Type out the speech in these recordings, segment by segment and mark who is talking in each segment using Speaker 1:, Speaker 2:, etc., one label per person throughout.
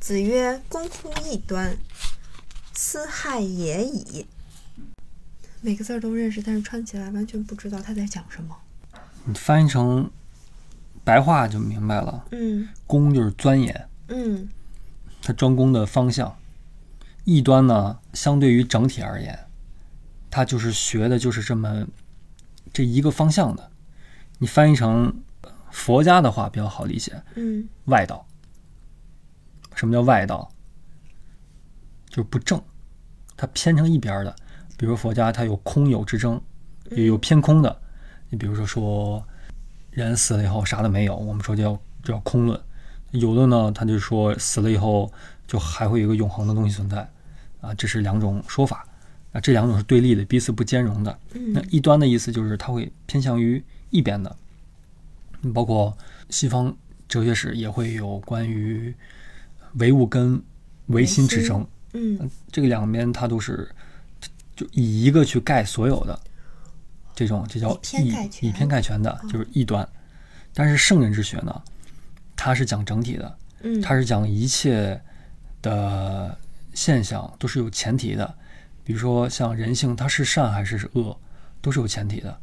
Speaker 1: 子曰：“公乎异端，斯害也已。”每个字儿都认识，但是穿起来完全不知道他在讲什么。
Speaker 2: 你翻译成白话就明白了。
Speaker 1: 嗯
Speaker 2: 攻就是钻研，
Speaker 1: 嗯
Speaker 2: 它专攻的方向；异端呢，相对于整体而言，它就是学的就是这么这一个方向的。你翻译成呃佛家的话比较好理解，
Speaker 1: 嗯
Speaker 2: 外道。什么叫外道？就是不正，它偏成一边儿的。比如佛家，它有空有之争，也有偏空的。你比如说说，人死了以后啥都没有，我们说叫叫空论。有的呢，他就说死了以后就还会有一个永恒的东西存在，啊，这是两种说法。啊，这两种是对立的，彼此不兼容的。那异端的意思就是它会偏向于一边的，嗯包括西方哲学史也会有关于唯物跟唯心之争，
Speaker 1: 嗯，
Speaker 2: 这个两边它都是就以一个去盖所有的，这种这叫
Speaker 1: 以偏
Speaker 2: 以
Speaker 1: 概全嗯
Speaker 2: 以偏概全的，就是异端。但是圣人之学呢，它是讲整体的，
Speaker 1: 嗯
Speaker 2: 它是讲一切的现象都是有前提的，比如说像人性，它是善还是恶，都是有前提的。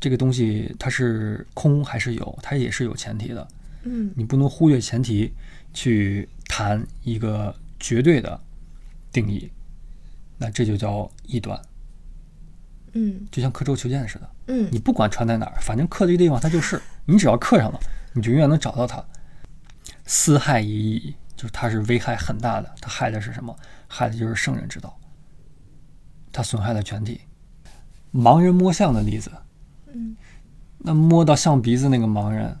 Speaker 2: 这个东西它是空还是有，它也是有前提的。
Speaker 1: 嗯
Speaker 2: 你不能忽略前提去谈一个绝对的定义，那这就叫异端。
Speaker 1: 嗯
Speaker 2: 就像刻舟求剑似的，
Speaker 1: 嗯
Speaker 2: 你不管穿在哪儿，反正刻这个地方它就是，你只要刻上了，你就永远能找到它。私害已矣，就是它是危害很大的，它害的是什么？害的就是圣人之道，它损害了全体。盲人摸象的例子，
Speaker 1: 嗯，
Speaker 2: 那摸到象鼻子那个盲人，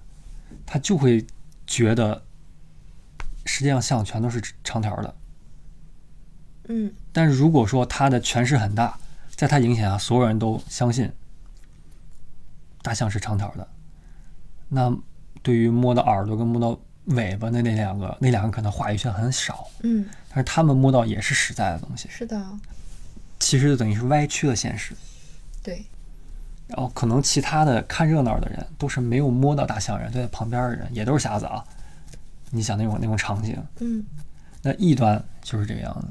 Speaker 2: 他就会觉得世界上象全都是长条的。
Speaker 1: 嗯
Speaker 2: 但是如果说他的权势很大，在他影响下，所有人都相信大象是长条的，那对于摸到耳朵跟摸到尾巴的那两个，那两个可能话语权很少，
Speaker 1: 嗯，
Speaker 2: 但是他们摸到也是实在的东西，
Speaker 1: 是的，
Speaker 2: 其实就等于是歪曲了现实。
Speaker 1: 对，
Speaker 2: 然后可能其他的看热闹的人都是没有摸到大象的人，对旁边的人也都是瞎子啊。你想那种那种场景，
Speaker 1: 嗯
Speaker 2: 那异端就是这个样子，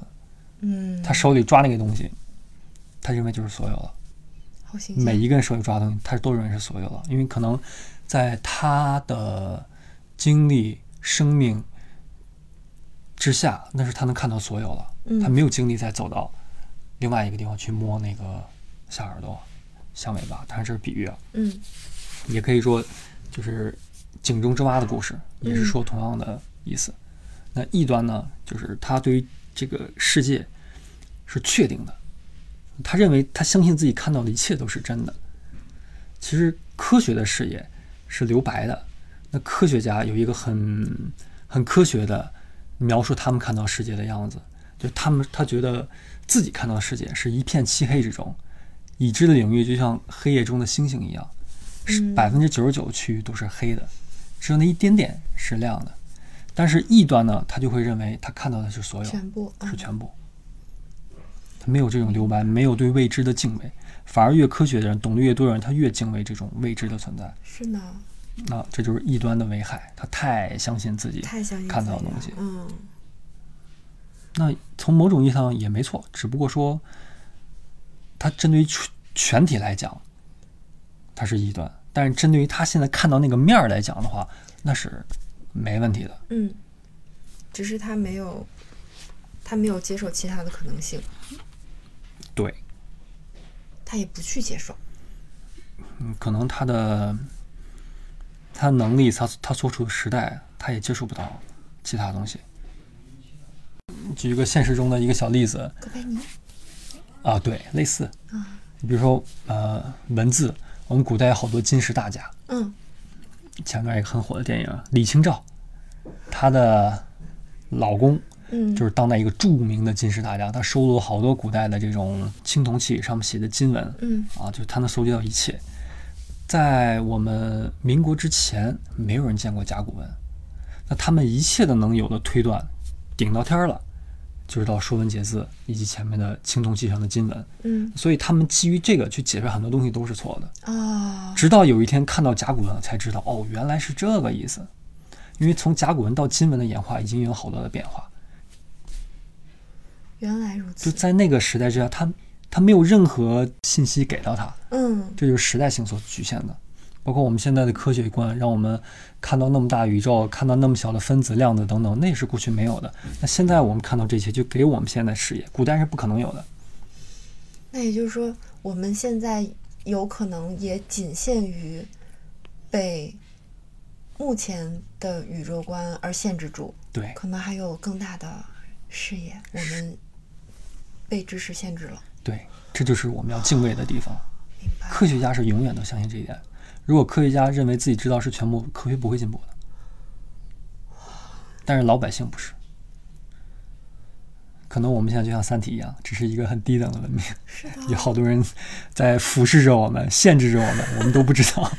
Speaker 1: 嗯，
Speaker 2: 他手里抓那个东西，他认为就是所有了。
Speaker 1: 好形象，
Speaker 2: 每一个人手里抓的东西，他都认为是所有了，因为可能在他的经历、生命之下，那是他能看到所有了，
Speaker 1: 嗯
Speaker 2: 他没有精力再走到另外一个地方去摸那个小耳朵、小尾巴。当然这是比喻啊，
Speaker 1: 嗯
Speaker 2: 也可以说就是井中之蛙的故事，也是说同样的意思。那异端呢，就是他对于这个世界是确定的，他认为他相信自己看到的一切都是真的。其实科学的视野是留白的，那科学家有一个很很科学的描述他们看到世界的样子，就他们他觉得自己看到的世界是一片漆黑之中，已知的领域就像黑夜中的星星一样，是
Speaker 1: 嗯
Speaker 2: 百分之九十九区域都是黑的，只有那一点点是亮的。但是异端呢，他就会认为他看到的是所有，
Speaker 1: 全部啊
Speaker 2: 是，全部。他没有这种留白，没有对未知的敬畏，反而越科学的人，懂得越多的人，他越敬畏这种未知的存在。
Speaker 1: 是呢，
Speaker 2: 那这就是异端的危害，他太相信自己。
Speaker 1: 太相信
Speaker 2: 看
Speaker 1: 自
Speaker 2: 到
Speaker 1: 己
Speaker 2: 的东
Speaker 1: 了
Speaker 2: 西
Speaker 1: 嗯
Speaker 2: 那从某种意义上也没错，只不过说，他针对于全全体来讲，他是异端；但是针对于他现在看到那个面儿来讲的话，那是没问题的。
Speaker 1: 嗯，只是他没有，他没有接受其他的可能性，
Speaker 2: 对，
Speaker 1: 他也不去接受，
Speaker 2: 嗯，可能他的他能力，他他所处的时代，他也接触不到其他东西。举一个现实中的一个小例子
Speaker 1: 哥白尼
Speaker 2: 啊，对，类似，
Speaker 1: 啊，
Speaker 2: 比如说呃，文字，我们古代有好多金石大家，
Speaker 1: 嗯
Speaker 2: 前面一个很火的电影李清照，她的老公
Speaker 1: 嗯，
Speaker 2: 就是当代一个著名的金石大家，他收录了好多古代的这种青铜器上面写的金文，
Speaker 1: 嗯
Speaker 2: 啊，就是他能搜集到一切。在我们民国之前，没有人见过甲骨文，那他们一切的能有的推断，顶到天儿了，就是到《说文解字》以及前面的青铜器上的金文，
Speaker 1: 嗯
Speaker 2: 所以他们基于这个去解释很多东西都是错的。
Speaker 1: 啊，
Speaker 2: 直到有一天看到甲骨文，才知道哦，原来是这个意思。因为从甲骨文到金文的演化已经有好多的变化，
Speaker 1: 原来如
Speaker 2: 就
Speaker 1: 此。
Speaker 2: 在那个时代之下，他他没有任何信息给到他，
Speaker 1: 嗯
Speaker 2: 这就是时代性所局限的。包括我们现在的科学观，让我们看到那么大宇宙，看到那么小的分子、量子等等，那是过去没有的。那现在我们看到这些，就给我们现在视野，古代是不可能有的。
Speaker 1: 那也就是说，我们现在有可能也仅限于被目前的宇宙观而限制住，
Speaker 2: 对，
Speaker 1: 可能还有更大的视野，我们被知识限制了。
Speaker 2: 对，这就是我们要敬畏的地方。
Speaker 1: 明白。
Speaker 2: 科学家是永远都相信这一点。如果科学家认为自己知道是全部，科学不会进步的。但是老百姓不是，可能我们现在就像《三体》一样，只是一个很低等的文明，
Speaker 1: 是
Speaker 2: 有
Speaker 1: 的。
Speaker 2: 好多人在俯视着我们，限制着我们，我们都不知道。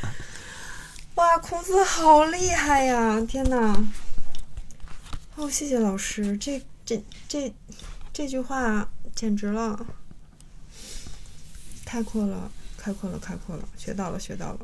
Speaker 1: 哇，孔子好厉害呀！天哪。哦，谢谢老师，这这这这句话简直了，开阔了，开阔了，开阔了，学到了，学到了。